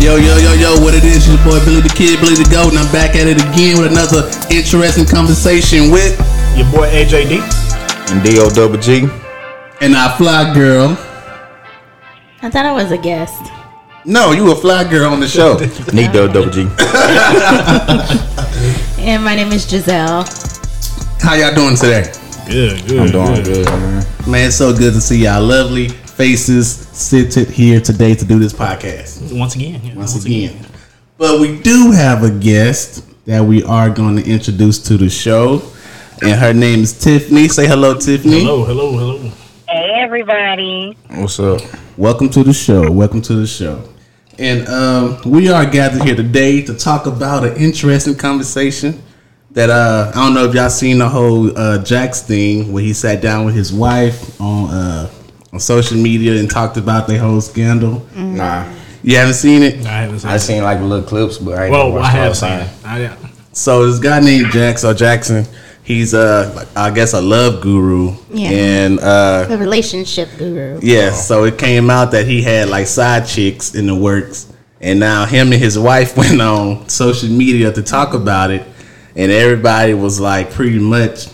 Yo, yo, yo, yo, what it is, your boy Billy the Kid, Billy the Goat, and I'm back at it again with another interesting conversation with Your boy AJD. And D O double G. and our fly girl. I thought I was a guest. No, you a fly girl on the show. Nico double G. And my name is Giselle. How y'all doing today? Good, good. I'm doing good, man. Man, it's so good to see y'all lovely faces sitting here today to do this podcast. Once again. yeah, once again. But we do have a guest that we are going to introduce to the show, and her name is Tiffany. Say hello, Tiffany. Hello, hello, hello. Hey, everybody. What's up? Welcome to the show. Welcome to the show. And um, we are gathered here today to talk about an interesting conversation that uh, I don't know if y'all seen the whole uh, Jax thing where he sat down with his wife on uh, on social media and talked about their whole scandal. Nah. You haven't seen it? I haven't seen. I seen like little clips, but I ain't well, watched I the whole have seen. thing. It. I didn't. So this guy named Jax or Jackson, he's uh like, I guess a love guru. Yeah. And uh The relationship guru. yeah, so it came out that he had like side chicks in the works. And now him and his wife went on social media to talk about it and everybody was like pretty much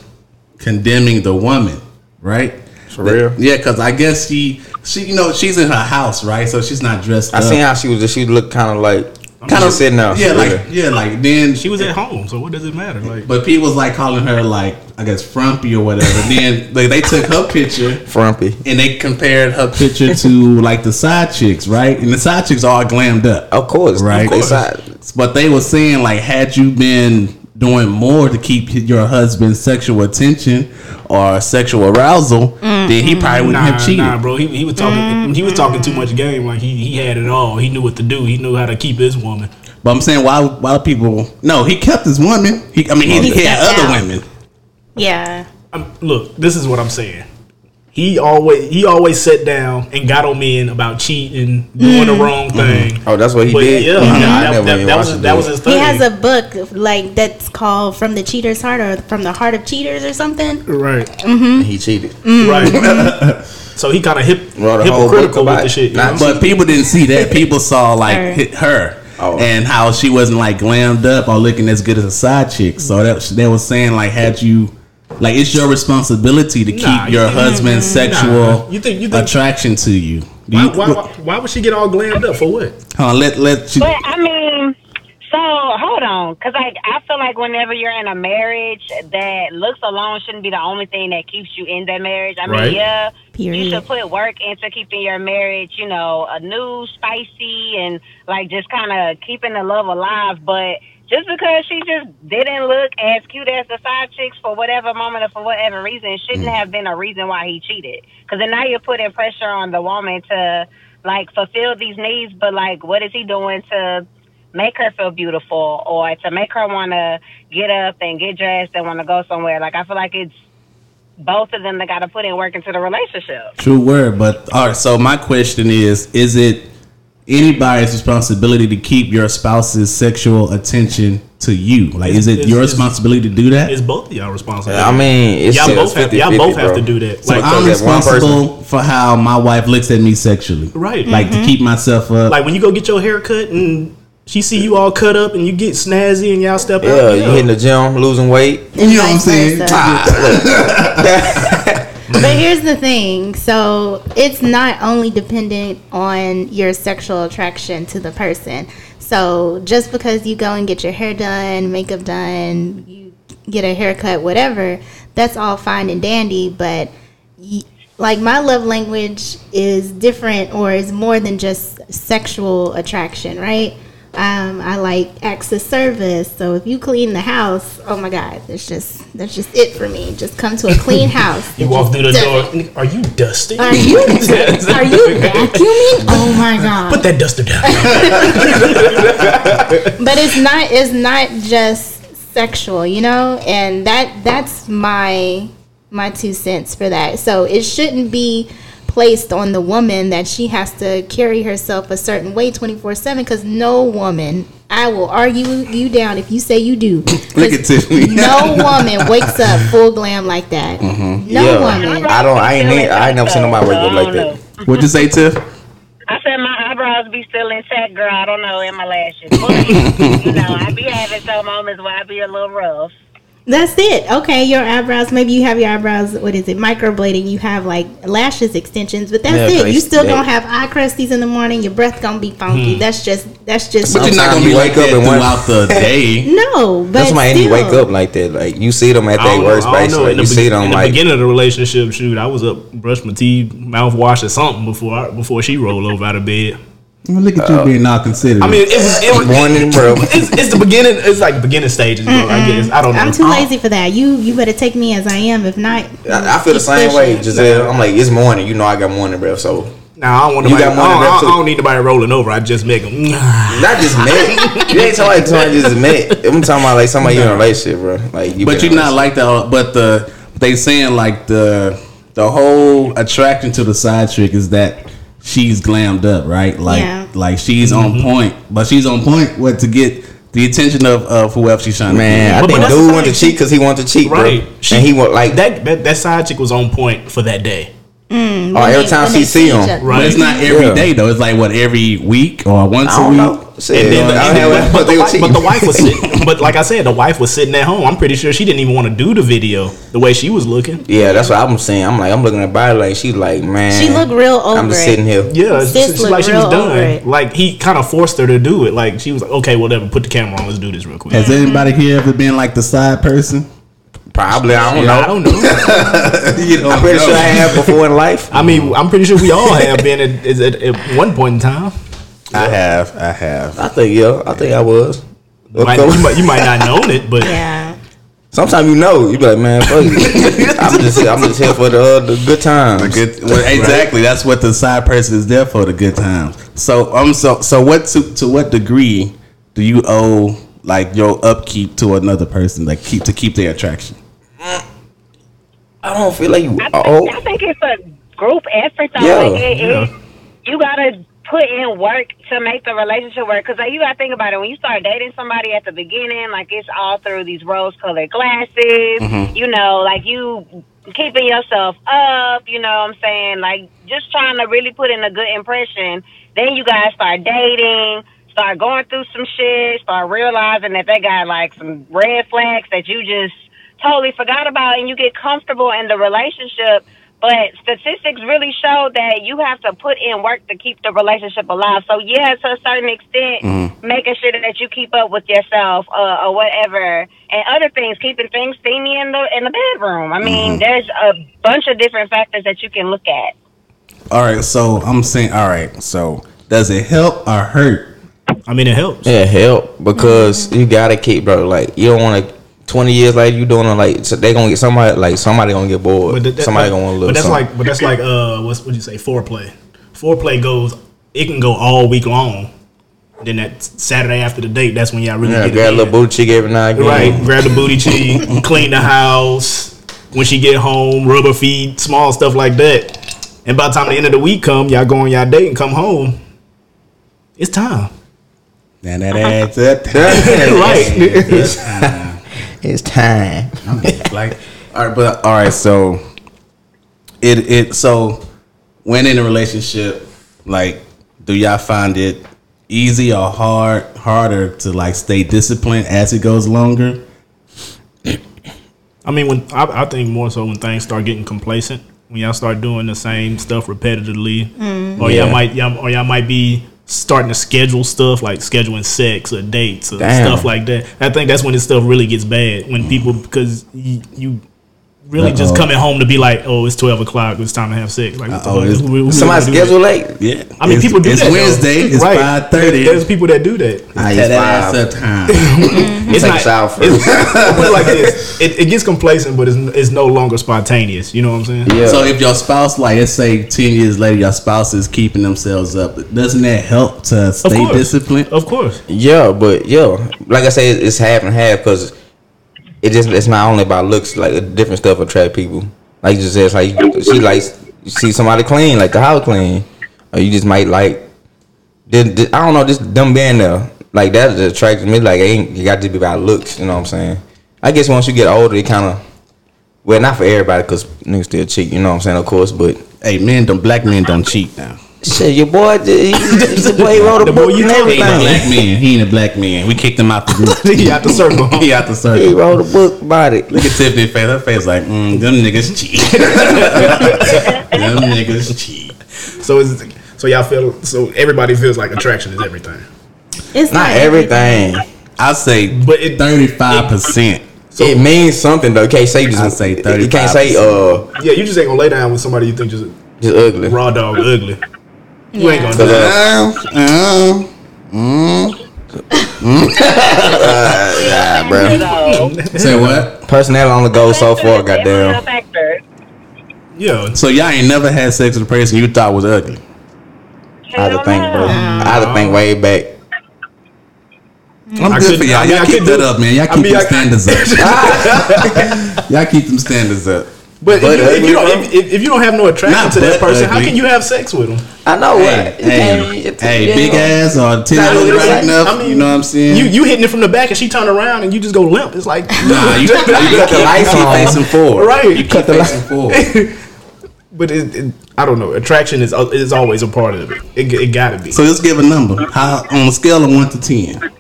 condemning the woman, right? For real? Yeah, because I guess she she you know, she's in her house, right? So she's not dressed I up. seen how she was just she looked kinda like Kinda- kinda sitting out. Yeah, like yeah, like then She was at home, so what does it matter? Like, But people was like calling her like I guess frumpy or whatever. then like, they took her picture frumpy. and they compared her picture to like the side chicks, right? And the side chicks all glammed up, Of course. right? They side. But they were saying like, had you been doing more to keep your husband's sexual attention or sexual arousal, Mm-hmm. then he probably wouldn't nah, have cheated. nah, bro. He, he was talking. He was talking too much game. Like he, he had it all. He knew what to do. He knew how to keep his woman. But I'm saying why why people? No, he kept his woman. He, I mean, he, he He had stepped other out. women. Yeah. I'm, look, this is what I'm saying. He always he always sat down and got on men about cheating, doing the wrong thing. Oh, that's what he But did? yeah, Mhm. I that, never that- even that watched was it, that dude. was his thing. He has a book like that's called From the Cheater's Heart or From the Heart of Cheaters or something. right, He cheated. Mm-hmm. right. Mm. so he kind of hip, Wrote a whole book hypocritical with about the it. shit. You Not know? But people didn't see that. People saw like Her. hit her Oh. and how she wasn't like glammed up or looking as good as a side chick. So that they were saying like, had you like it's your responsibility to keep Nah, your you- husband's sexual You think- you think- attraction to you. Do Why, you- why, why, why would she get all glammed up for what? Hold on, let let you. But I mean, so hold on, because like I feel like whenever you're in a marriage, that looks alone shouldn't be the only thing that keeps you in that marriage. I Right. mean, yeah, you Period. should put work into keeping your marriage, you know, a new, spicy, and like just kind of keeping the love alive. But just because she just didn't look as cute as the side chicks for whatever moment or for whatever reason, shouldn't have been a reason why he cheated. Because then now you're putting pressure on the woman to like fulfill these needs, but like, what is he doing to? make her feel beautiful or to make her want to get up and get dressed and want to go somewhere like i feel like it's both of them that got to put in work into the relationship True word, but all right. So my question is: Is it anybody's responsibility to keep your spouse's sexual attention to you? Like, is it It's- your it's- responsibility to do that? It's both of y'all responsible. I mean, it's y'all just both have, 50, y'all 50, both have bro. to do that. So Like, I'm because that one responsible for how my wife looks at me sexually. Right. Like Mm-hmm. to keep myself up. like when you go get your hair cut and she see you all cut up and you get snazzy and y'all step Yeah, out. you hitting the gym, losing weight. you know what I'm Vice saying? Ah, versa. But here's the thing. So it's not only dependent on your sexual attraction to the person. So just because you go and get your hair done, makeup done, you get a haircut, whatever, that's all fine and dandy. But y- like my love language is different or is more than just sexual attraction, right? Um, I like acts of service. So if you clean the house, oh my God, that's just that's just it for me. Just come to a clean house. You walk through the door. Are you dusty? Are you are you vacuuming? Oh my god! Put that duster down. but it's not it's not just sexual you know and that that's my my two cents for that so it shouldn't be placed on the woman that she has to carry herself a certain way 24-7 because no woman i will argue you down if you say you do 'Cause Look at Tiffany. no woman wakes up full glam like that no Yeah. woman I don't. I ain't. need- I ain't never seen nobody wake up like that. What'd you say, Tiff? I said my eyebrows be still intact, girl. I don't know in my lashes. But, you know, I be having some moments where I be a little rough. That's it. Okay, your eyebrows. Maybe you have your eyebrows. What is it? Microblading. You have like lashes extensions, but that's Yeah, it. You crease- still yeah. gonna have eye crusties in the morning. Your breath gonna be funky. Hmm. That's just. That's just. But you're not gonna be you like that wake up and want- throughout the day. no, but That's why still, any wake up like that. Like you see them at I their don't know, worst I don't place. know. Like In the you see be- them in the like beginning of the relationship. Shoot, I was up, brush my teeth, mouthwash or something before I, before she rolled over out of bed. Well, look at you being not considerate. I mean, it was it was born in bro. it's, it's the beginning. It's like the beginning stages. Bro, I guess I don't know. I'm too lazy for that. You you better take me as I am. If not, I, I feel the keep same pushing. way, Giselle. I'm like, it's morning. You know, I got morning breath. So Nah, I don't want You nobody. I got don't, I, more than that, don't, I too. don't need nobody rolling over. I just make them. not just met. you ain't talking about somebody just met. I'm talking about like somebody you in a relationship, bro. Like you. but been you're in a not like that. But the they saying like the the whole attraction to the side chick is that she's glammed up, right? Like Yeah. like she's on point, but she's on point what to get the attention of of whoever she's trying Man, to I But- think but that's dude the wanted thing, to cheat because he wanted to cheat, bro. Right. She- and he was like that. That, that that side chick was on point for that day. Oh, every time When she they see each him, other. But it's not every day Yeah. though. It's like what every week or once I a don't week. know. Shit, And then the- I and don't know then- what but, the they were wife, but the cheating. wife was sitting. But like I said, the wife was sitting at home. I'm pretty sure she didn't even want to do the video the way she was looking. Yeah, that's what I'm saying. I'm like, I'm looking at body like she's like, man. She look real I'm over just it. sitting here. Yeah, it's Sis just looked like she was real done. over it. Like he kind of forced her to do it. Like she was like, okay, whatever. Put the camera on. Let's do this real quick. Has anybody here ever been like the side person? Probably, I don't Yeah, know. I don't know. you know, I'm pretty sure I have before in life. I mean, I'm pretty sure we all have been at, is at, at one point in time. I have. I have. I think yeah. I think I was. You might, you, might, you might not known it, but Yeah. Sometimes you know, you be like, man, fuck it. I'm just, I'm just here for the, uh, the good times. Good, well, exactly. That's what the side person is there for—the good times. So, um, so, so, what to to what degree do you owe like your upkeep to another person, like keep to keep their attraction? I don't feel like you. I think, Oh, I think it's a group effort. Though. Yeah. Like, it- it- Yeah. you gotta put in work to make the relationship work. Because like, you gotta think about it. When you start dating somebody at the beginning, like it's all through these rose-colored glasses. Mm-hmm. You know, like you keeping yourself up. You know what I'm saying? Like just trying to really put in a good impression. Then you guys start dating. Start going through some shit. Start realizing that they got like some red flags that you just totally forgot about and you get comfortable in the relationship but statistics really show that you have to put in work to keep the relationship alive so yeah to a certain extent Mm-hmm. making sure that you keep up with yourself uh, or whatever and other things keeping things steamy in the in the bedroom i Mm-hmm. mean there's a bunch of different factors that you can look at All right. So I'm saying, all right. So does it help or hurt? I mean, it helps. yeah, help because you gotta keep, bro. Like you don't want to. Twenty years later, you doing it like so they gonna get somebody like somebody gonna get bored. But that, that- somebody but- gonna want to look. But that's something. like, but that's like, uh, what's what you say? Foreplay. Foreplay goes. It can go all week long. Then that Saturday after the date, that's when y'all really yeah, get grab a it little in. booty cheek every now and again. Right, grab the booty cheek, clean the house. When she get home, rub her feet, small stuff like that. And by the time the end of the week come, y'all go on y'all date and come home. It's time. And that adds up. right. It's time. like all right but all right so it it so when in a relationship like do y'all find it easy or hard harder to like stay disciplined as it goes longer I mean, when I, I think more so when things start getting complacent, when y'all start doing the same stuff repetitively, or y'all Yeah. might y'all, or y'all might be starting to schedule stuff like scheduling sex or dates or Damn. stuff like that. I think that's when this stuff really gets bad when people because you. you Really, just Uh-oh. coming home to be like, oh, it's twelve o'clock. It's time to have sex. Like, what the Uh-oh, fuck? it's- We- we- we Somebody don't do that. schedule late. yeah I mean, It's- people do it's that. though. wednesday it's Right. five There's thirty. people that do that. I that ass up time It's Take not- a shower first. it's- I'll put it like this: it, it gets complacent, but it's, it's no longer spontaneous. You know what I'm saying? Yeah. so if your spouse like let's say 10 years later your spouse is keeping themselves up doesn't that help to Of stay course. disciplined Of course. Yeah, but yeah, like I say, it's half and half because it just it's not only about looks. Like the different stuff attract people. Like you just said, it's like she likes you see somebody clean, like the house clean, or you just might like. Then then- I don't know, just them being there, like that just attracts me. Like it ain't you got to be about looks. You know what I'm saying? I guess once you get older, it kind of. Well, not for everybody, cause niggas still cheat. You know what I'm saying? Of course, but hey men don't black men don't cheat now Shit, your boy, he, he's the boy he wrote a The boy book you and told me He ain't a everything. black man. He ain't a black man. We kicked him out the group. He out the circle. he out the He circle. wrote a book about it. Look at Tiffany's face. Her face like, mm, them niggas cheat. them niggas cheat. So is so y'all feel so everybody feels like attraction is everything. It's Not everything. I say But it- thirty-five percent. it means something though. You can't say just I say You can't say uh Yeah, you just ain't gonna lay down with somebody you think just just ugly. raw dog ugly. You ain't gonna do But, that. uh, Uh, uh, nah, bro. So, say what? Personnel only goes so far. factors, it's a Goddamn. factor. Yeah, it's- So y'all ain't never had sex with a person you thought was ugly. I had to Hell think, bro. no. I had to think way back. I'm I good for couldn't- y'all. I mean, y'all I keep could that do- up, man. Y'all I keep mean, them I- standards up. y'all keep them standards up. but, if, But you, if, you ugly, don't, if, if- if you don't have no attraction Not to that but person, how ugly. can you have sex with them? I know Hey, what. You hey, can't- hey, yeah. big ass or Nah, titty you right like- enough. I mean, you know what I'm saying? You you hitting it from the back and she turned around and you just go limp. It's like nah, you, you got the lights on facing forward. Right. you keep Cut the light- facing forward. But it, it, I don't know. Attraction is al- is always a part of it. It, it gotta be. So let's give a number. How on a scale of one to ten?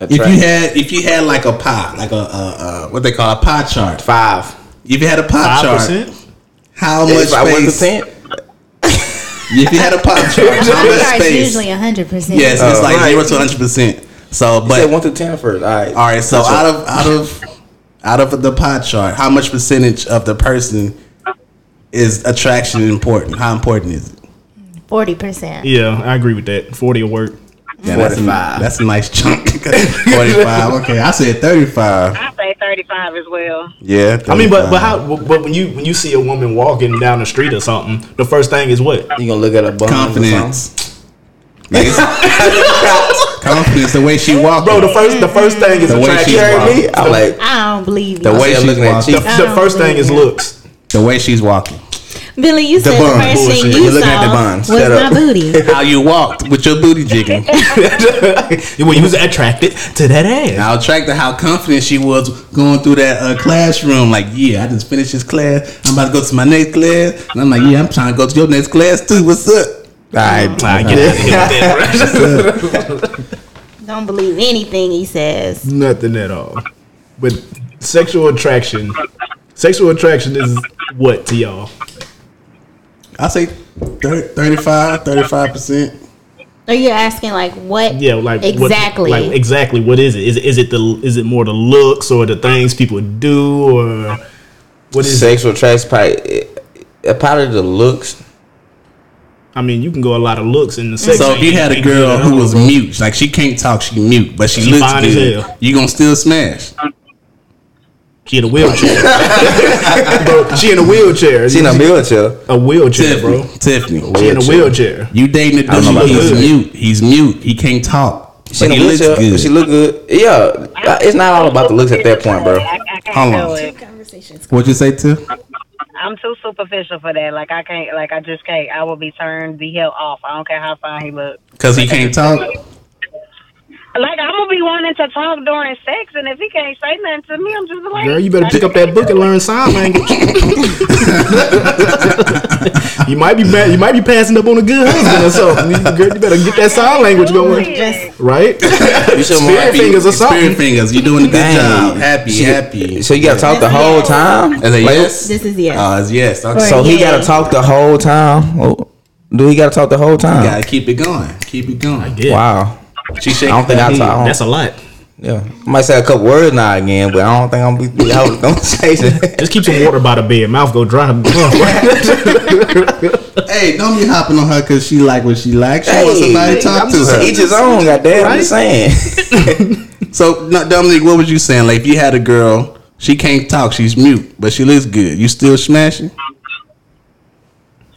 If you had if you had like a pie, like a uh, uh, what they call a pie chart. five, If you had a pie Five chart, percent. how much if I went to space? ten, If you had a pie chart, how much It's space? usually hundred percent. Yes, Uh, it's like right. zero to hundred percent. So, you said but one to ten first. All right, all right. So That's out of out of out of the pie chart, how much percentage of the person is attraction important? How important is it? forty percent. Yeah, I agree with that. Forty will work. Yeah, that's a, 45. that's a nice chunk. Forty-five. Okay, I said thirty-five. I say 35 as well. Yeah. I mean, but 35. but how? But when you when you see a woman walking down the street or something, the first thing is what? you gonna look at a bum or something? confidence. Like, it's- confidence. The way she walked, Bro, the first the first thing is The way attraction. she You heard me? Wow. I'm like, I don't believe you, The way I said she's looking at walking. cheeks. The, the first thing is looks. the way she's walking, Billy. You said bun. the first Bullshit. thing You're you looking at the saw bun. was Shut my up. booty. how you walked with your booty jiggling. when you was attracted to that ass. I was attracted to how confident she was going through that uh, classroom. Like, yeah, I just finished this class. I'm about to go to my next class, and I'm like, yeah, I'm trying to go to your next class too. What's up? all right, I get out of here with that, bro. Don't believe anything he says. Nothing at all. But sexual attraction, sexual attraction is what to y'all? I say thir- 35, 35 percent. Are you asking like what? Yeah, like what- exactly. like exactly. What is it? Is is it the is it more the looks or the things people do or what is? it? sexual attraction, probably, it- it probably the looks. I mean, you can go a lot of looks in the sex. So if you had a girl who was mute, like she can't talk, she mute, but she, looks fine as good, hell. you gonna still smash? she in a wheelchair, bro, she in a wheelchair, She in a wheelchair. a wheelchair, Tiffany, bro. Oh, Tiffany, She in a wheelchair. you dating a dude? don't know about He's that. mute. He's mute. He can't talk, She but in he a looks wheelchair. good. but She look good. Yeah, uh, it's not all about the looks at that point, bro. I, I can't Hold do on. it. Conversations. What'd you say, Tiff? I'm too superficial for that. Like I can't. Like I just can't. I will be turned the hell off. I don't care how fine he look. Because he can't talk. Like I'm gonna be wanting to talk during sex, and if he can't say nothing to me, I'm just like, Girl, you better pick up that book and learn sign language. you might be mad, you might be passing up on a good husband or something. You- Girl, you better get that sign language going, Just right? You should Spirit fingers or Spirit something. fingers. You're doing a good Dang. job. Happy, She- happy. So you gotta talk the whole time. Is it Like, yes? This is yes. Uh, it's yes. Okay. Or So So he Yeah. gotta talk the whole time. Oh, do he gotta talk the whole you time? gotta keep it going. Keep it going. Yeah, Wow. She shaking. I don't think her I head. talk. that's a lot. Yeah, I might say a couple words now again, but I don't think I'm be out of the conversation. Just keep some water by the bed. Mouth go dry. Hey, don't be hopping on her because she like what she like. She wants somebody to Hey, talk I'm to just her. each his own. Goddamn, I'm just saying. So, no, Dominique, what was you saying? Like, if you had a girl, she can't talk, she's mute, but she looks good. You still smashing?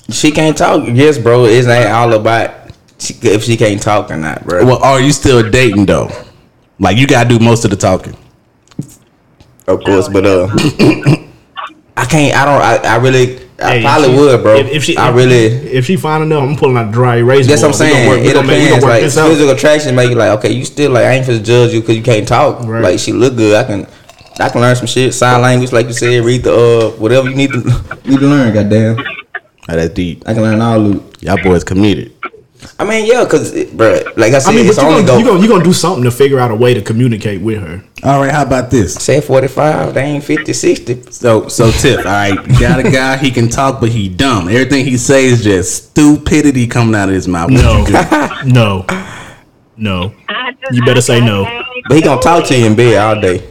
She can't talk. Yes, bro. It ain't all about she, if she can't talk or not, bro. Well, are you still dating though? Like, you gotta do most of the talking. of course, but uh, I can't. I don't. I, I really. I probably would, bro. If, if she, I really. if she fine enough, I'm pulling out a dry erase. That's what I'm board. We gonna saying. work- we it gonna make- we depends. gonna work Like this out. physical attraction make you like, okay, you still like I ain't finna judge you because you can't talk. Right. Like she look good. I can, I can learn some shit, sign language, like you said, read the uh whatever you need to you to learn. Goddamn. Oh, that's deep. I can learn all of it. Y'all boys committed. I mean, yeah, cause it, bro, like I said, I mean, but it's you only gonna, go. you gonna you gonna do something to figure out a way to communicate with her. All right, how about this? Say 45, they ain't 50, 60. So, so tip. All right, got a guy. He can talk, but he dumb. Everything he says is just stupidity coming out of his mouth. What No, you do? no, no. I just, You better I say just no. can't But he gonna talk to you in bed all day.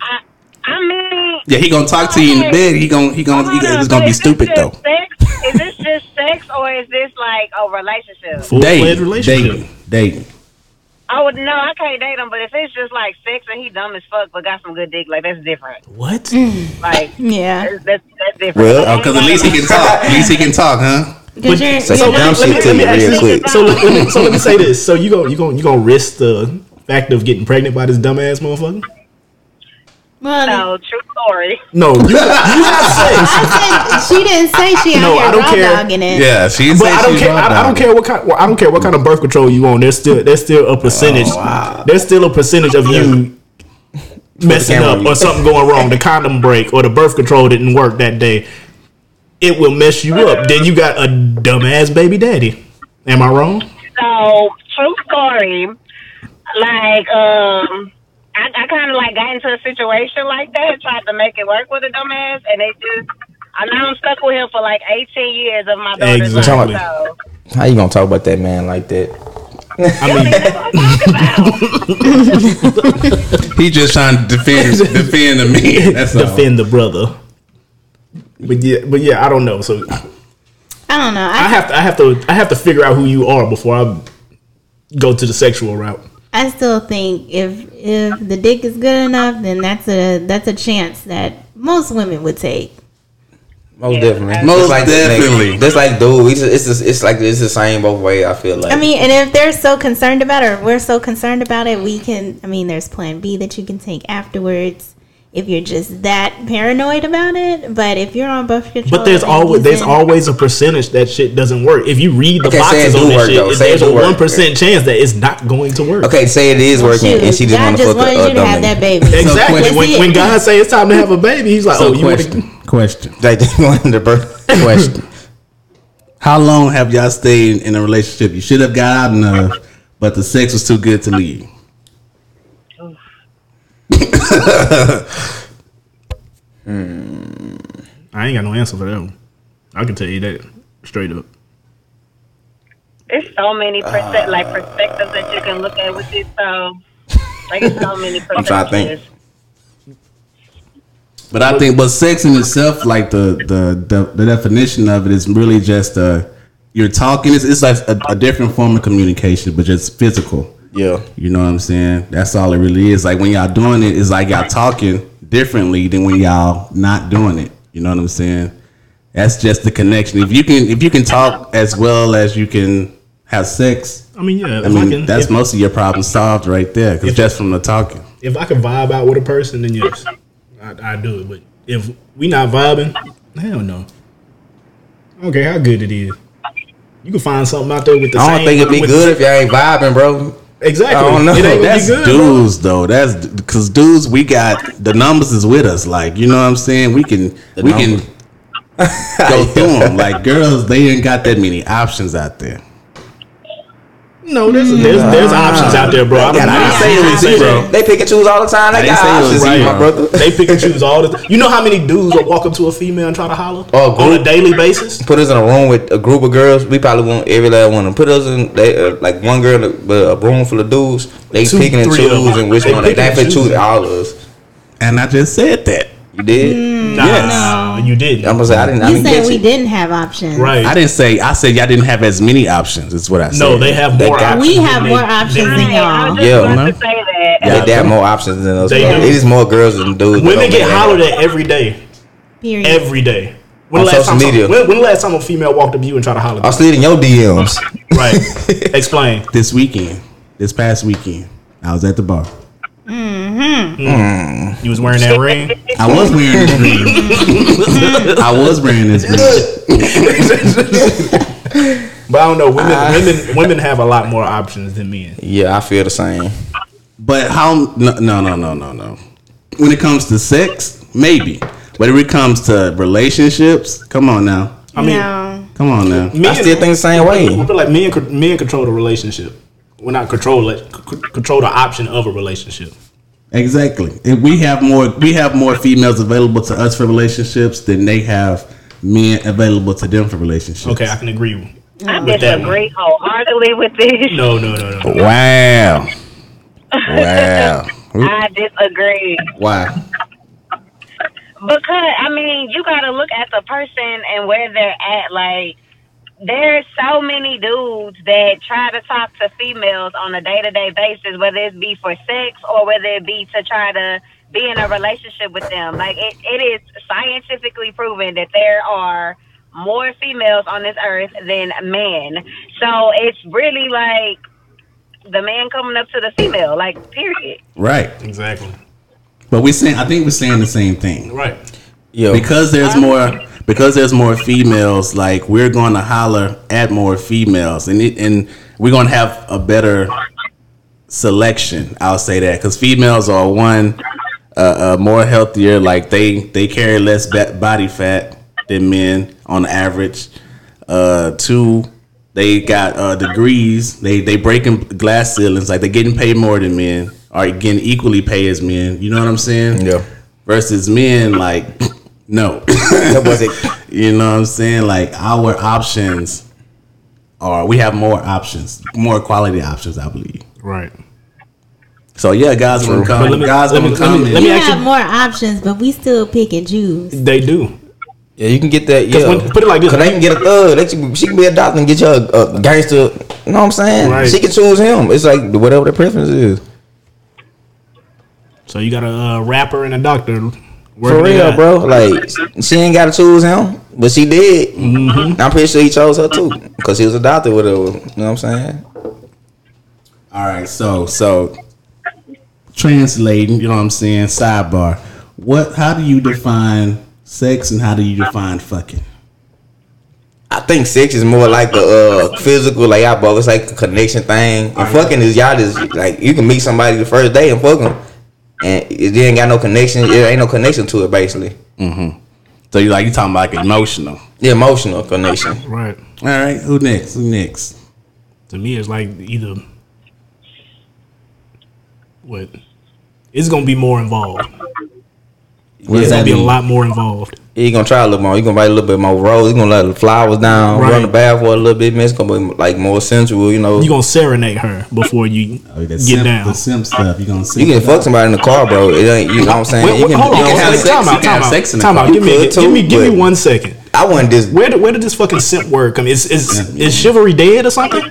I, I mean, Yeah, he gonna talk to you in the bed. He gonna he gonna he gonna, it's gonna be Is this stupid just though. Sex? Is this just sex or is this like a relationship? Full fledged Dating, relationship. dating, dating. I would no, I can't date him. But if it's just like sex and he dumb as fuck but got some good dick, like that's different. What? Like Yeah. that's that's, that's different. Well, Like, Oh, cause at least he can talk. At least he can talk, huh? Because you're, Say you're some not dumb shit to let me me real actually- quick. So let, let me, so let me say this. So you gonna you gonna you gonna risk the fact of getting pregnant by this dumbass motherfucker? Well, No, true story. No, you, you have sex. I said- she didn't say she out No, I here don't raw care. dogging it. Yeah, she. But I don't care. I, I don't care what kind. Well, I don't care what kind of birth control you on. There's still there's still a percentage. Oh, There's still a percentage of you messing camera up on or you. something going wrong. The condom break or the birth control didn't work that day. It will mess you up. Then you got a dumbass baby daddy. Am I wrong? So true story. Like um. I, I kind of like got into a situation like that, tried to make it work with a dumbass, and they just. I know I'm stuck with him for like 18 years of my daughter's Exactly. life. So. How you gonna talk about that man like that? I mean, He just trying to defend defend the man. That's defend. defend the brother. But yeah, but yeah, I don't know. So I don't know. I, I have to, I have to, I have to figure out who you are before I go to the sexual route. I still think if if the dick is good enough, then that's a that's a chance that most women would take. Most definitely. Most Just like this nigga. definitely. That's like, dude, it's it's, just, it's like it's the same both ways. I feel like. I mean, and if they're so concerned about it, or we're so concerned about it, we can. I mean, there's Plan B that you can take afterwards if you're just that paranoid about it. But if you're on birth control, But there's and always there's using- always a percentage that shit doesn't work. If you read the Okay, say boxes it do on that work, shit, though. it- Say it there's a do work. one percent chance that it's not going to work. okay, say it is working, Shoot, and she just God want to fuck wanted a, you a to have dumb that nigga. baby. Exactly. question- when, when God say it's time to have a baby, He's like, So "Oh, you want question to?" question Like they wanted to birth. question. How long have y'all stayed in a relationship? You should have got out enough, but the sex was too good to leave. I ain't got no answer for that. One. I can tell you that straight up. There's so many percent, Ah. like perspectives that you can look at with it. So, like, it's so many perspectives. I'm trying to think. But I think, but sex in itself, like the the the, the definition of it, is really just uh you're talking. It's, it's like a, a different form of communication, but just physical. Yeah. You know what I'm saying? That's all it really is. Like when y'all doing it, it's like y'all talking differently than when y'all not doing it. You know what I'm saying? That's just the connection. If you can, if you can talk as well as you can have sex, I mean, yeah. I if mean can, that's if, most of your problem solved right there. Cause just from the talking, if I can vibe out with a person, then yes, I, I do it. But if we not vibing, hell no. I don't care how good it is. You can find something out there with the I same- don't think it'd be with- good if y'all ain't vibing, bro. Exactly. I don't know. It ain't gonna be that's good. bro. dudes though. That's because dudes, we got the numbers is with us. Like you know what I'm saying? We can we can go through them. Like girls, they ain't got that many options out there. No, there's there's, there's options out there, bro. I don't Mm. Yeah, I didn't know. say it was Say zero. that. They pick and choose all the time. They didn't got say it was options, zero. my brother. They pick and choose all the. You know how many dudes will walk up to a female and try to holler Oh, on a group. daily basis? put us in a room with a group of girls, we probably want every last one of them. Put us in they, uh, like one girl, but a room full of dudes. They Two, picking and three of them. choosing which They one. They picking and definitely choosing. choosing all of us. And I just said that. You did? Hmm. Nah, Yes. you didn't. I'm gonna say I didn't. I You didn't said catch we it. didn't have options, right? I didn't say. I said y'all didn't have as many options. Is what I said. no, they have more. got- options We than have they- more options Right, than I y'all. was just Yeah, about man. to say that. They, they have more options than us. They man. do. It is more girls than dudes. that Women don't get know hollered that. at every day, Period. every day. When On the last social time some- media. when, when the last time a female walked up to you and tried to holler? I slid in your DMs. right. Explain. this weekend, this past weekend, I was at the bar. You was wearing that ring. I was wearing this ring. I was wearing this ring. But I don't know. Women, women, women have a lot more options than men. yeah, I feel the same. But how? No, no, no, no, no, no. When it comes to sex, maybe. But if it comes to relationships, come on now. I mean, no. Come on now. men, I still think the same way. I feel like men, could- men control the relationship. Well, not control it, c- control the option of a relationship. Exactly. And we have more we have more females available to us for relationships than they have men available to them for relationships. Okay, I can agree. with- I With that one. disagree wholeheartedly with this. No, no, no, no. Wow. Wow. I disagree. Why? Because I mean, you gotta look at the person and where they're at. Like, there's so many dudes that try to talk to females on a day to day basis, whether it be for sex or whether it be to try to be in a relationship with them. Like, it, it is scientifically proven that there are more females on this earth than men. So it's really like the man coming up to the female, like, period. Right. Exactly. But we're saying I think we're saying the same thing. Right. Yo, Because there's more because there's more females, like we're gonna holler at more females and it, and we're gonna have a better selection. I'll say that because females are one uh, uh, more healthier. Like they they carry less ba- body fat than men on average. Uh, two, they got uh, degrees. They they breaking glass ceilings. Like they're getting paid more than men. Are getting equally paid as men. You know what I'm saying? Yeah. Versus men, like no. that was it. You know what I'm saying? Like our options are we have more options, more quality options, I believe. Right. So yeah, guys gonna But come. let me- Guys let me- gonna let me- come. let We me- in. have actually- more options, but we still pick and choose. They do. Yeah, you can get that. Because Yeah. put it like this. Cause they can get a thug. They can, she can be a doctor and get you a, a gangster. You know what I'm saying? Right. She can choose him. It's like whatever their preference is. So you got a uh, rapper and a doctor. For working it real, out. bro. Like she ain't gotta choose him, but she did. Mm-hmm. And I'm pretty sure he chose her too, cause he was a doctor. Whatever. You know what I'm saying? All right, so so translating. You know what I'm saying? Sidebar. What? How do you define sex, and how do you define fucking? I think sex is more like a uh, physical, like y'all both. It's like a connection thing. And fucking is y'all just like you can meet somebody the first day and fuck them, and it they ain't got no connection. It ain't no connection to it basically. So you like you talking about like emotional? The emotional connection. Right. All right, who next? Who next? To me, it's like either what. It's gonna be more involved. What does It's that gonna be a mean? lot more involved. You gonna try a little more. You gonna write a little bit more rose. You gonna let the flowers down. Right. Run the bath for a little bit. Man, it's gonna be like more sensual. You know. You gonna serenade her before you Oh, that get simp- down. The simp stuff. You gonna see? You can fuck somebody in the car, bro. It ain't, you know what I'm saying? Wait, you wait, can, hold you on, know what hold on. I'm sex, saying? Time you out, can have time out, sex in the time car. out. Give me, You could give me, too, give me but- one second. I want this. Where, do, where did this fucking simp word come? Is is is chivalry dead or something?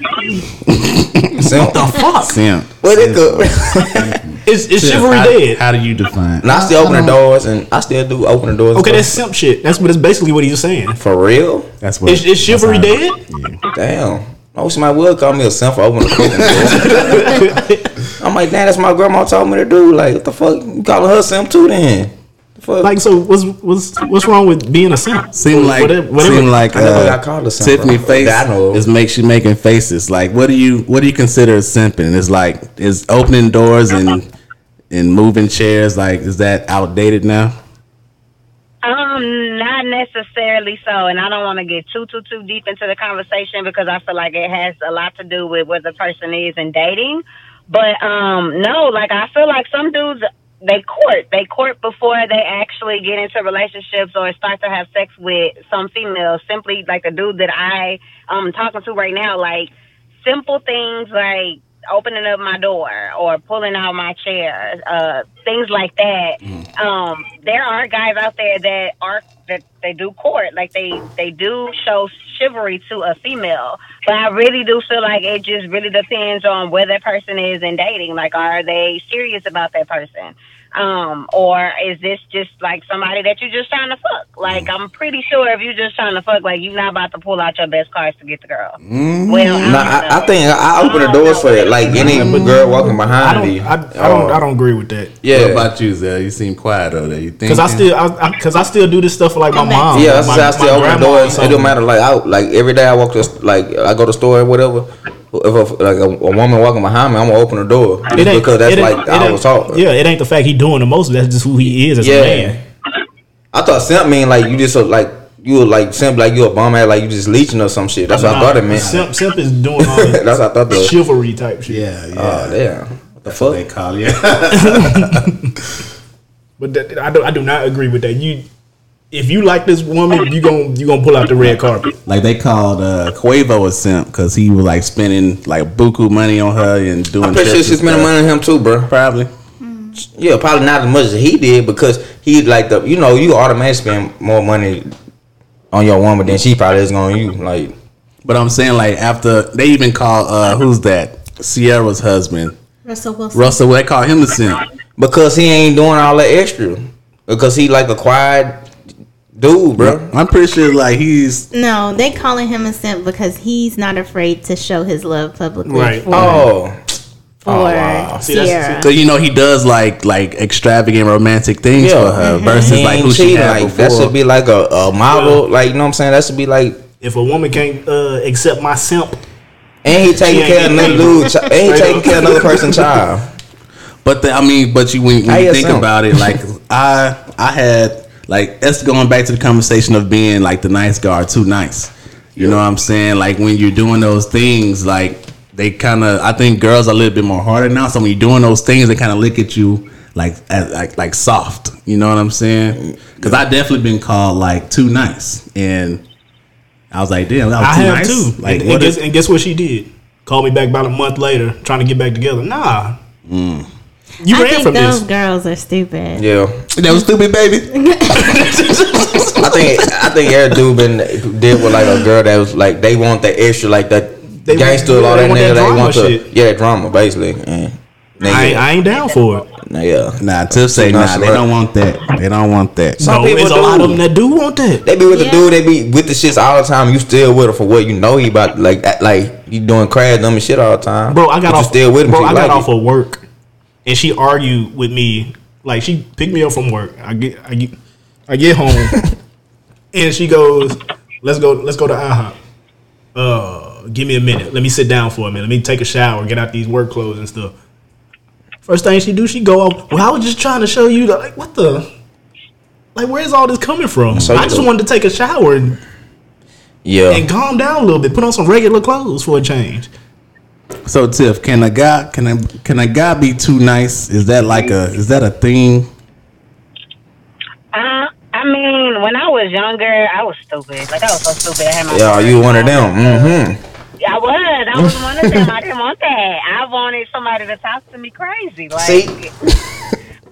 simp. Fuck. Simp. Well, it could. Is is Simp, chivalry how, dead? How do you define? and I still open the doors, and I still do open the doors. Okay, that's simp shit. That's what. That's basically what he's saying. for real. That's what. Is, is chivalry that's how- dead? Damn. I wish somebody would call me a simp for opening the fucking door. I'm like, damn, that's my grandma told me to do. Like, what the fuck? You calling her simp too? Then, The fuck? Like, so what's what's what's wrong with being a simp? Seem like whatever. whatever. seem like I never uh, got called a simp, Tiffany bro. face That I know of. is make she making faces. Like what do you what do you consider simping? It's like is opening doors and and moving chairs like is that outdated now? Um, not necessarily so, and I don't want to get too too too deep into the conversation because I feel like it has a lot to do with where the person is in dating. But um, no, like I feel like some dudes they court, they court before they actually get into relationships or start to have sex with some females. Simply like the dude that I um talking to right now, like simple things like opening up my door or pulling out my chair, uh, things like that. Um, there are guys out there that are that they do court, like they they do show chivalry to a female. But I really do feel like it just really depends on where that person is in dating. Like, are they serious about that person? Um, or is this just like somebody that you're just trying to fuck? Like, I'm pretty sure if you're just trying to fuck, like you're not about to pull out your best cards to get the girl. Well, Nah, don't know. I, I think I, I open the doors for it. Like any girl walking I behind don't me. I, I don't I don't agree with that. Yeah. What about you, Zell? You seem quiet over there. You think? Cause I still, I, I, cause I still do this stuff for like my mom. Yeah, that's um, my, just how I still my open the grandma door. and It something. don't matter. Like I, like every day I walk to, like I go to store or whatever. If a, like a, a woman walking behind me, I'm gonna open the door It just ain't- because that's it ain't- like it I ain't- was taught. Yeah, it ain't the fact he doing the most. That's just who he is as Yeah. a man. I thought simp mean like you just uh, like you were like simp, like you a bum ass, like you just leeching or some shit. That's what I thought it meant. Simp, Simp is doing all this That's what I thought the chivalry type shit. Yeah, yeah. Oh damn. What the That's what they fuck? call it. Yeah. But that, I, do, I do not agree with that. You, if you like this woman, you gon' you gonna pull out the red carpet. like they called uh, Quavo a simp because he was like spending like buku money on her and doing. I'm pretty sure trips she and spending stuff. money on him too, bro. Probably. Yeah, probably not as much as he did because he like the you know you automatically spend more money on your woman than she probably is on you. Like But I'm saying like after they even call uh who's that Sierra's husband Russell Wilson. Russell they call him the simp. because he ain't doing all that extra because he like a quiet dude, bro. I'm pretty sure like he's No, they calling him a simp because he's not afraid to show his love publicly Right. for, Oh, for wow. See, that's- Sierra. so you know he does like like extravagant romantic things Yeah. for her versus he like ain't who she cheating. had Like before. that should be like a, a model. Like you know what I'm saying? That should be like. If a woman can't uh, accept my simp, And he taking ain't care of another getting dude. chi- And he Straight taking up. care of another person's child. But the, I mean, but you when, I when you guess think so. about it, like I I had like that's going back to the conversation of being like the nice guy, or too nice. You know what I'm saying? Like when you're doing those things, like they kind of I think girls are a little bit more harder now. So when you're doing those things, they kind of look at you like as, like like soft. You know what I'm saying? Because I definitely been called like too nice, and I was like, damn, that was I too have nice. too. Like and, and what guess, is? and guess what she did? Called me back about a month later, trying to get back together. Nah, Hmm. you I ran think from those this. girls are stupid. Yeah, That was stupid, baby. I think I think every dude been did with like a girl that was like they want that extra like that They gangster want- all they that want nigga. that They drama want to shit. yeah drama basically. And I, ain't- nigga, I ain't down for it. nah, yeah. Nah, Tiff say Too nah. nice, They right? don't want that. They don't want that. Some No, people there's a lot do. of them that do want that. They be with the Yeah. dude. They be with the shits all the time. You still with her for what you know he about. Like act like you doing crash dumb and shit all the time. Bro, I But got you off. still with him. bro, she I like got off it. of work, and she argued with me. Like she picked me up from work. I get, I get, I get home, and she goes, "Let's go, let's go to IHOP. Uh, give me a minute. Let me sit down for a minute. Let me take a shower. Get out these work clothes and stuff." First thing she do, she go, off, "Well, I was just trying to show you, that, like, what the." Like where's all this coming from? So I you just do- wanted to take a shower and, yeah. and calm down a little bit, put on some regular clothes for a change. So Tiff, can a guy can a can a guy be too nice? Is that like a is that a thing? Uh, I mean, when I was younger, I was stupid. Like I was so stupid. I had my yeah, you one of them. Mm-hmm. I was. I was one of them. I didn't want that. I wanted somebody to talk to me crazy. Like, See?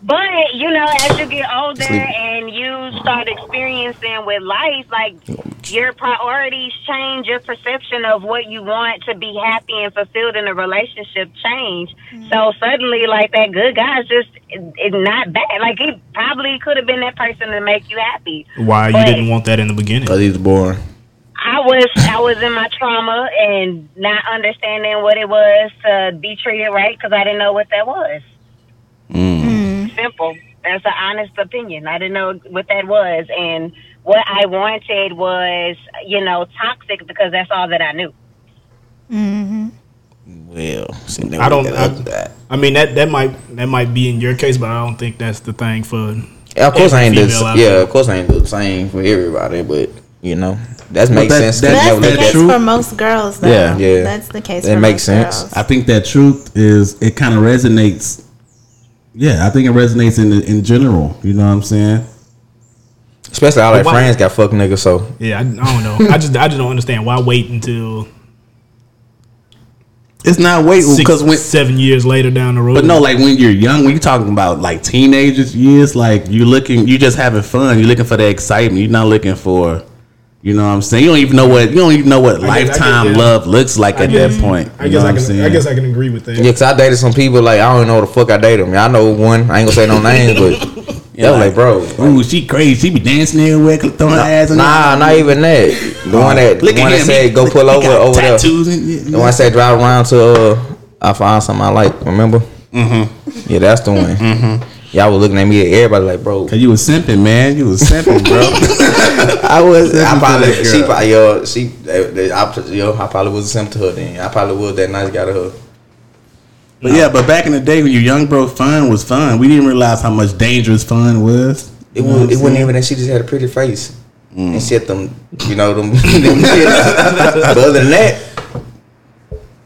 But you know, as you get older Sleep. and you start experiencing with life, like your priorities change, your perception of what you want to be happy and fulfilled in a relationship change. So suddenly, like that good guy's just it, it not bad. Like he probably could have been that person to make you happy. Why you But- didn't want that in the beginning? Cause he's boring. I was I was in my trauma and not understanding what it was to be treated right because I didn't know what that was. Mm-hmm. Simple. That's an honest opinion. I didn't know what that was, and what I wanted was you know toxic because that's all that I knew. Well, see, I don't- I- that. I mean that that might that might be in your case, but I don't think that's the thing for. Yeah, of course I ain't Every the female out yeah, there. of course I ain't the same for everybody, but you know that makes that- sense. that- But That, that's Yeah, the that case true. for most girls, though. Yeah. Yeah. That's the case. That for makes most sense. I Girls. think that truth is it kind of resonates. Yeah, I think it resonates in the, in general. You know what I'm saying? especially all their Why- friends got fuck niggas. So Yeah, I, I don't know. I just I just don't understand why wait until It's not wait six, because when seven years later down the road. but no, like when you're young, when you're talking about like teenagers years, like you looking, you just having fun. You're looking for the excitement. You're not looking for. You know what I'm saying? You don't even know what you don't even know what I get- lifetime yeah. love looks like at guess- that point. I You guess know I what I'm can saying? I guess I can agree with that. yeah, cause I dated some people like I don't know the fuck I dated them. I know one. I ain't gonna say no names, but yeah, was like bro, Ooh, she crazy. She be dancing everywhere, throwing her ass. in nah, not even that. The one that the one that said go pull over over there. tattoos there. And, The one that said drive around to uh, I found something I like. Remember? Mm-hmm. Yeah, that's the one. Mm-hmm. Y'all was looking at me. Everybody like, bro, Cause you was simping, man. You was simping, bro. I was. I Simp to probably. that She girl. probably. Yo, she. They, they, I, yo, I probably was a simp to her then. I probably was that nice guy to her. but yeah, but back in the day when you young, bro, fun was fun. We didn't realize how much dangerous fun was. Mm-hmm. It was. It wasn't even that she just had a pretty face. and shit them, you know, them, them shit. but other than that,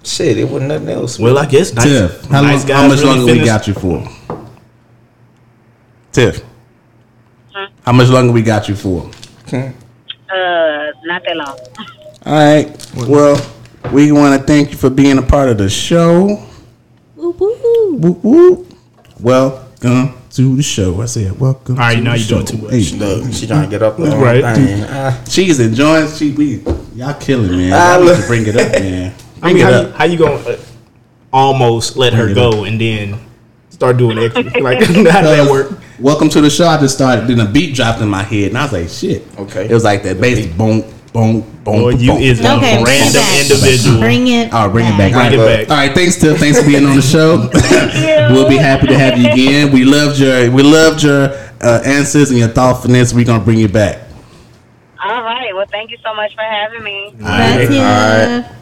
shit, it wasn't nothing else. Well, I guess nice, Tiff, how, nice long, how guys much really longer we finish- got you for? Tiff, how much longer we got you for? Uh, not that long. All right. Well, we want to thank you for being a part of the show. Whoop, whoop. Welcome to the show. I said, welcome. All right, to now the you're show. doing too much. Hey, Look, she trying to get up the whole Right. thing. Ah, she's enjoying. She we y'all killing man. I I love- love to bring it up, man. I Bring mean, it how you, up. how you gonna uh, almost let her it go and then start doing extra? Like how did Uh, that work? Welcome to the show. I just started. Then a beat dropped in my head, and I was like, shit. Okay. It was like that bass boom, boom, boom. Or you boom. is a Okay, bring it random back. individual. Bring it. All right, bring it back. Bring All it right, back. All right, thanks Tiff. Thanks for being on the show. you. we'll be happy to have you again. We loved your we loved your uh, answers and your thoughtfulness. We're gonna bring you back. All right. Well, thank you so much for having me. That's it. All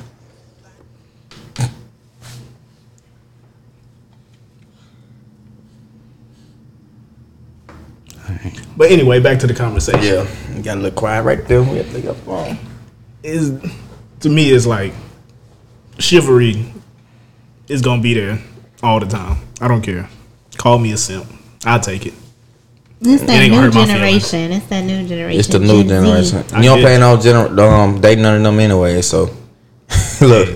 But anyway, back to the conversation. Yeah, you got a little quiet right there. We have to up phone. is to me it's like chivalry is gonna be there all the time. I don't care. Call me a simp. I'll take it. It's It that ain't gonna new hurt my feelings. generation. It's that new generation. It's the new Gen Z. generation. I You don't get pay no gener- um, date none of them anyway. So look,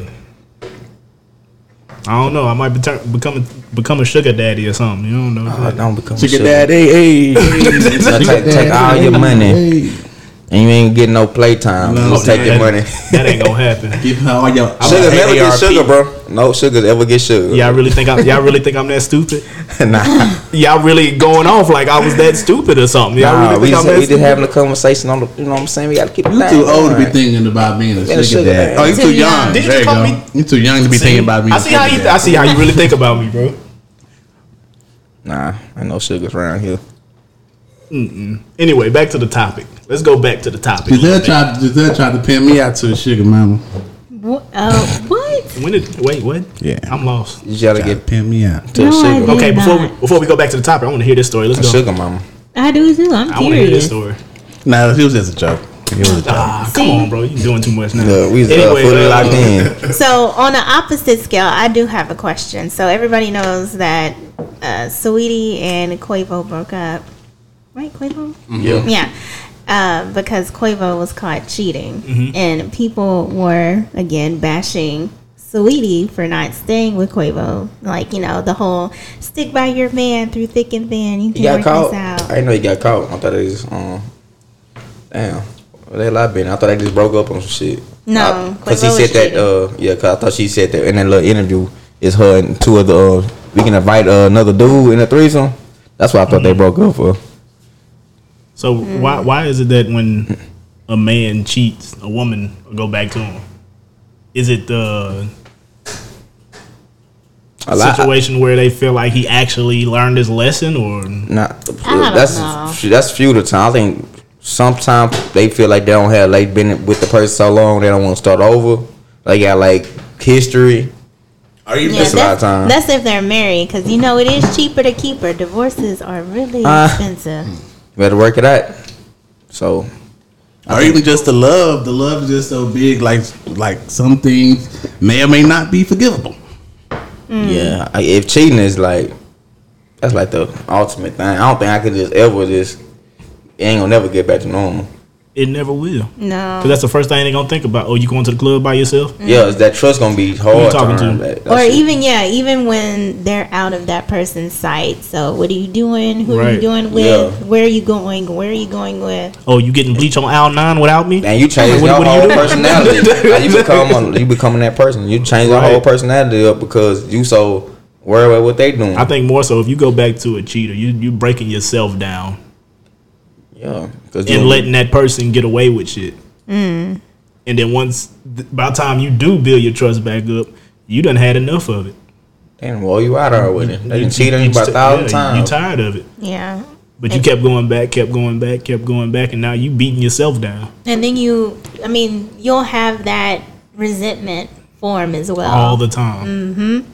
I don't know. I might be turn, become a, become a sugar daddy or something. You don't know. I Uh, Oh, don't become Sugar shit. daddy, hey, hey. So take, take all your money, and you ain't getting no playtime. No, Just take your that- money. That ain't gonna happen. Give her all your. Sugar all never your get AARP. sugar, bro. No sugars ever get sugar. Y'all really think I, y'all really think I'm that stupid? nah. Y'all really going off like I was that stupid or something? Y'all Nah, really we think just, I'm that we just stupid? having a conversation on the, you know what I'm saying? We gotta keep it You down. too old to be thinking about being a Being a sugar, sugar daddy. daddy. Oh, you Too too young. young. Did you There call go. me- You too young to be thinking about being. I a see sugar how you I daddy. see how you really think about me, bro. Nah, ain't no sugars around here. Anyway, back to the topic. Let's go back to the topic. a Giselle little bit. tried. Giselle tried to pin me out to a sugar mama. Wha- oh, what? When did wait what? Yeah. I'm lost. You gotta Tried to get pin me out. to No, a I sugar. didn't. Okay, before we, not. before we go back to the topic, I want to hear this story. Let's A go. sugar mama. I do too. I'm I want to hear this curious. story. No, it was just a joke. It was a joke. Ah, come See? on, bro. You doing too much now. Look, we was, uh, fully uh, locked in. So on the opposite scale, I do have a question. So everybody knows that uh, Sweetie and Quavo broke up, right? Quavo. Yeah. Yeah. Uh, because Quavo was caught cheating, and people were again bashing Saweetie for not staying with Quavo. Like you know the whole stick by your man through thick and thin. You He can got work caught. this out. I didn't know he got caught. I thought it was um damn. Where they lie been? I thought they just broke up on some shit. No, because he Quavo said was that. Uh, yeah, because I thought she said that in that little interview. It's her and two of the. Uh, we can invite uh, another dude in a threesome. That's what I thought they Mm-hmm. broke up uh, for. So why why is it that when a man cheats, a woman will go back to him? Is it the A situation where they feel like he actually learned his lesson, or Not don't that's know. that's futile time. I think sometimes they feel like they don't have like been with the person so long they don't want to start over. They got like history. Are you? Yeah, That's a lot of time. that's if they're married, because you know it is cheaper to keep her. Divorces are really Uh, expensive. You better work it out. So or even just the love. The love is just so big. Like like some things may or may not be forgivable. Hmm. yeah, I, if cheating is like that's like the ultimate thing. I don't think I could just ever just it ain't gonna never get back to normal. Hmm. it never will? 'Cause No, that's the first thing they're gonna think about. Oh, you going to the club by yourself? Yeah, it's that trust gonna be hard. you talking to earn to? back. or That shit- even yeah, even when they're out of that person's sight. So what are you doing? Who are Right. you doing with? Yeah. Where are you going? Where are you going with? Oh, you getting bleach on aisle nine without me? And you change What- your what do you whole do? personality. Like, you become a, you becoming that person. You change your Right. whole personality up because you so worried about what they doing. I think more so if you go back to a cheater, you you breaking yourself down yeah, because and letting that person get away with shit. And then once, th- by the time you do build your trust back up, you done had enough of it. and roll you out there with it. They You- done cheated on you you about a st- thousand yeah, You times. tired of it, Yeah. but you kept going back, kept going back, kept going back, and now you beating yourself down And then you, I mean, you'll have that resentment form as well. all the time.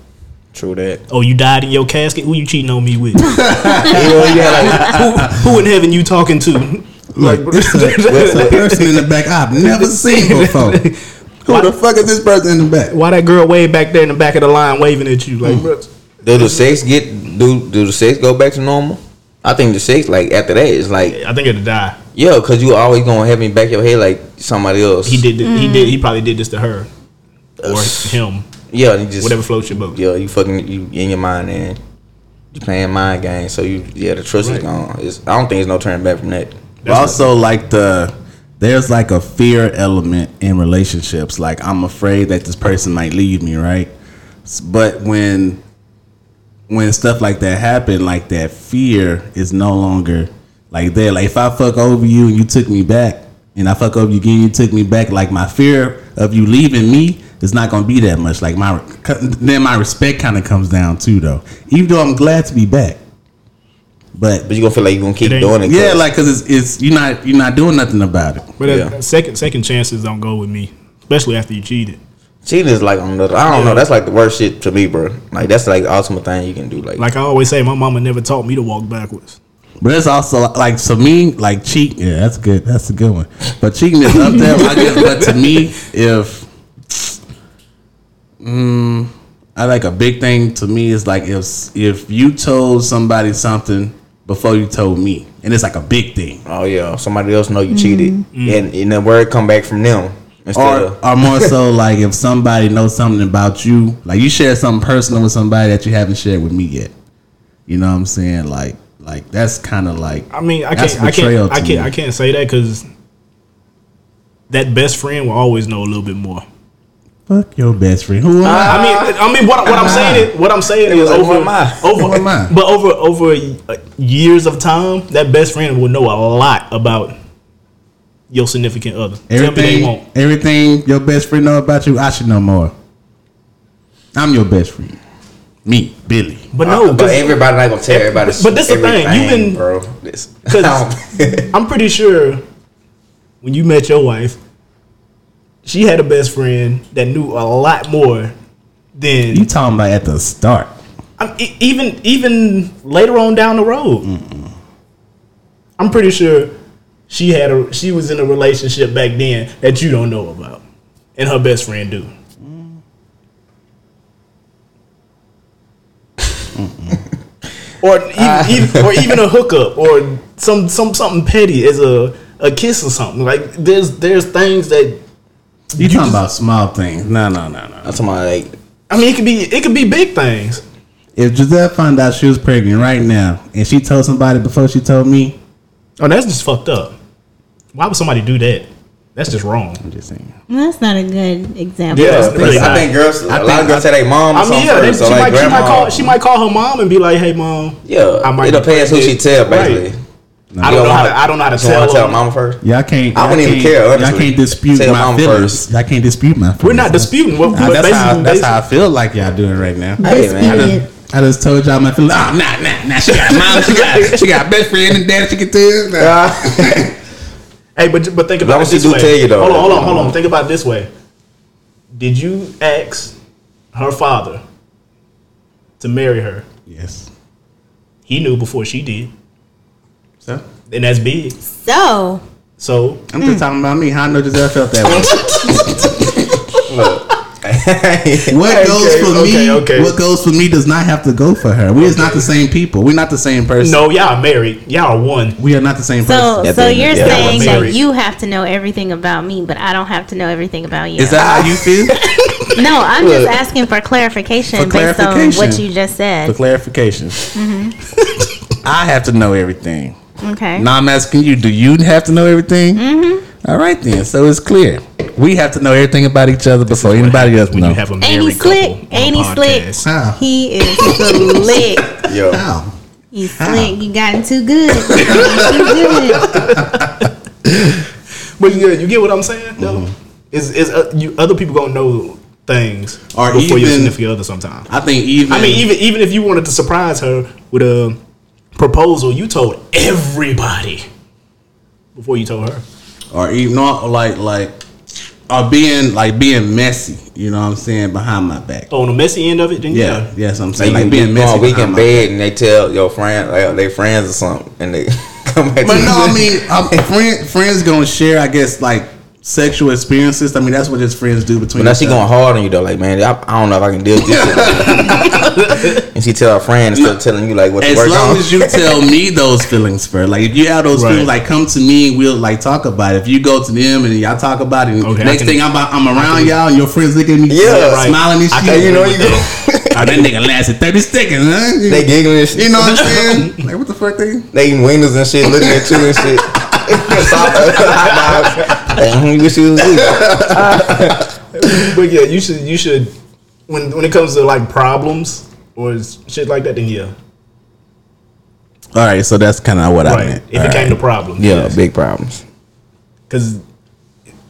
True that. Oh, you died in your casket. Who you cheating on me with? you know, you had like who, who in heaven you talking to? Look, this a, this a person in the back I've never seen before. Who the fuck is this person in the back? Why that girl way back there in the back of the line waving at you Mm. like? bruh, Do the sex get do do the sex go back to normal? I think the sex like after that is like I think it'll die. yeah, cause you always gonna have me back your head like somebody else. He did. He did. He probably did this to her or him. Yeah, you just Whatever floats your boat. Yeah, you fucking you in your mind and you playing mind games. So you yeah, the trust is Right. gone. It's, I don't think there's no turning back from that. But also, like the there's like a fear element in relationships. Like I'm afraid that this person might leave me, right? S- But when when stuff like that happen, like that fear is no longer like there. Like if I fuck over you and you took me back, and I fuck over you again, you took me back. Like my fear of you leaving me is not gonna be that much. Like my then my respect kind of comes down too, though. Even though I'm glad to be back, but But you gonna feel like you gonna keep It ain't- doing it. yeah, like because it's, it's you're not you're not doing nothing about it. But that- Yeah. that second second chances don't go with me, especially after you cheated. cheating is like another. I don't know. That's like the worst shit to me, bro. Like that's like the ultimate thing you can do. Like, Like I always say, my mama never taught me to walk backwards. But it's also like to me, like cheat. Yeah, that's good. That's a good one. But cheating is up there. I guess, but to me, if mm, I like a big thing to me is like if if you told somebody something before you told me, and it's like a big thing. oh yeah, somebody else know you cheated, Mm. and and the word come back from them instead Or, of or more so like if somebody knows something about you, like you share something personal with somebody that you haven't shared with me yet. You know what I'm saying? Like like that's kind of like I mean, I That's can't, I betrayal can't, I to can't, me. I can't say that because that best friend will always know a little bit more. fuck your best friend. Who am I? I mean, I mean, what, what I'm saying is, what I'm saying It was is like, over, who am I? Who over, am I? but over, over uh, years of time, that best friend will know a lot about your significant other. Tell me they Everything won't. everything your best friend know about you, I should know more. I'm your best friend. Me, Billy. But no, but 'cause everybody not gonna tell everybody. but this the thing, you everything, can- bro. This, 'Cause- I'm pretty sure when you met your wife, she had a best friend that knew a lot more than You talking about at the start. I'm, e- even even later on down the road. I'm pretty sure she had a she was in a relationship back then that you don't know about, and her best friend do. Or even, even, or even a hookup or some, some something petty as a, a kiss or something like there's there's things that You, talking about small things. No, no, no, no. I'm talking about like I mean it could be it could be big things If Giselle found out she was pregnant right now and she told somebody before she told me, Oh, that's just fucked up. Why would somebody do that? That's just wrong. I'm just saying. That's not a good example. Yeah. yeah. really I not. think girls, a lot of girls say they mom. Or I mean, something yeah, they, first, so she, like might, she might grandma- call she might call her mom and be like, "Hey, mom, Yeah, I might it be depends who she pregnant. tell Right. basically. I You don't know how wanna- to I don't know how to you wanna tell, tell them. mama first. Y'all can't. I y'all wouldn't even can't- care, Y'all honestly. can't dispute Tell my mom feelings. first. Y'all can't dispute my feelings. We're not disputing. What, Nah, what that's how, basically, that's how I feel like y'all doing right now. Hey, man. Dispute it. I just told y'all my feelings. Nah, nah, nah, nah. She got mom. She got she got best friend and dad. She can tell. Uh, Nah. hey, but but think about long it as she this do way. tell you, though. Hold on, hold on, hold on. Think about it this way. Did you ask her father to marry her? Yes. He knew before she did, So and that's big. So So I'm just talking about me. How I know Giselle felt that way. What goes okay, for okay, me? okay. What goes for me does not have to go for her. We is not the same people. We're not the same person. no, y'all married. Y'all are one. We are not the same so person. so you're Yeah, saying we're that married. you have to know everything about me, but I don't have to know everything about you. Is that how you feel? no, I'm just asking for clarification For based clarification. on what you just For said. clarification, I have to know everything. Okay. Now I'm asking you, do you have to know everything? Mm-hmm. right then, so it's clear. We have to know everything about each other before anybody else When you knows. have a married Ain't he couple slick? on a Ain't he podcast. slick? How? He is slick. Yo, How? He's slick. You gotten too good. You gotten too good. But you, you get what I'm saying, though. Is is uh, you other people gonna know things Or before your even- significant other? Sometimes I think even. I mean, even even if you wanted to surprise her with a proposal, you told everybody before you told her. or even not like like, or being like being messy. You know what I'm saying behind my back. Oh, on the messy end of it, then Yeah, yeah. yes, I'm like, saying like being messy. all week behind in my back. bed and they tell your friend, like, they friends or something, and they come back. But to no, you. I mean, um, friend, friends gonna share, I guess, like sexual experiences. I mean, that's what his friends do between. But now she themselves. going hard on you though, like man, I, I don't know if I can deal with this. shit. and she tell her friend instead of telling you like what to As work long on. as you tell me those feelings first, like if you have those Right. feelings, like come to me and we'll like talk about it. If you go to them and y'all talk about it, and Okay, I next can- thing I'm, about, I'm around y'all and your friends looking at me, Yeah, like, smiling and right. shit. I and you know agree you go. Oh, that nigga lasted thirty seconds, huh? You, they giggling and shit. you know what I'm saying? Like what the fuck they? They eating wingers and shit, looking at you and shit. So, hot dogs. Like, hmm, you wish you was you. But yeah, you should you should when when it comes to like problems or s- shit like that, then yeah, All right, so that's kind of what I right. meant. If it came to problems, Yeah, big problems. because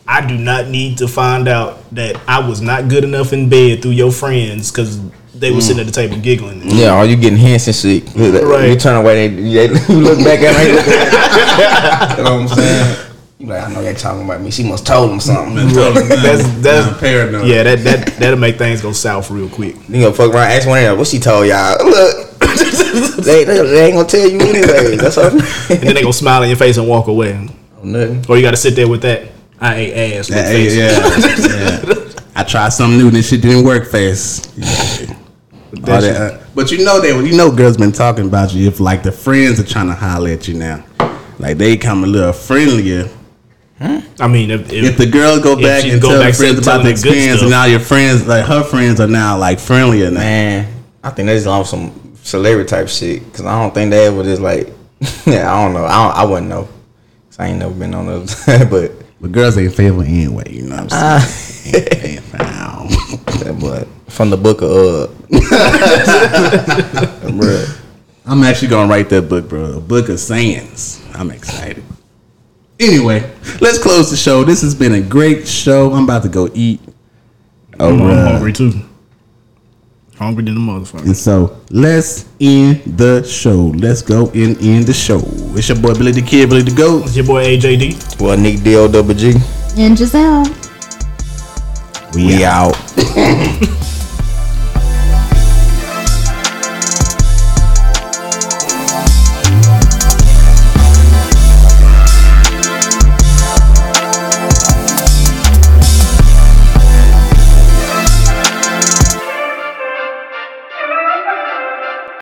I do not need to find out that I was not good enough in bed through your friends because they were sitting at the table giggling. Yeah, are you getting hints and shit? Right. You turn away, they, they you look back at me. you know what I'm saying? You like, I know they talking about me. She must told them something. That's that's I'm paranoid. Yeah, that that that'll make things go south real quick. You gonna fuck around, ask one of them, what she told y'all? Look, they, they, they ain't gonna tell you anything. That's all. And then they gonna smile in your face and walk away. Nothing. Or you gotta sit there with that I ain't ass look Yeah, face. yeah, yeah. I tried something new and this shit didn't work face. All That shit- that, uh, but you know that you know girls been talking about you if like the friends are trying to holler at you now. Like they come a little friendlier. I mean, if, uh, if, If the girl go If back she and go tell back the friends to about the telling the good experience, and stuff. now your friends, like her friends, are now like friendlier now. Man, I think that's on some celebrity type shit. Cause I don't think they ever just like, yeah, I don't know. I, don't, I wouldn't know. Cause I ain't never been on those. but But girls ain't favorable anyway. You know what Uh. I'm saying? Ain't- ain't found. but from the book of uh, bruh. I'm actually gonna write that book, bro. A book of sayings. I'm excited. Anyway, let's close the show. This has been a great show. I'm about to go eat. I'm, Oh, I'm uh, hungry too. Hungry than a motherfucker. And so let's end the show. Let's go and end the show. It's your boy Billy the Kid, Billy the Goat. It's your boy AJD. well, Nick D O double G. And Giselle. We out.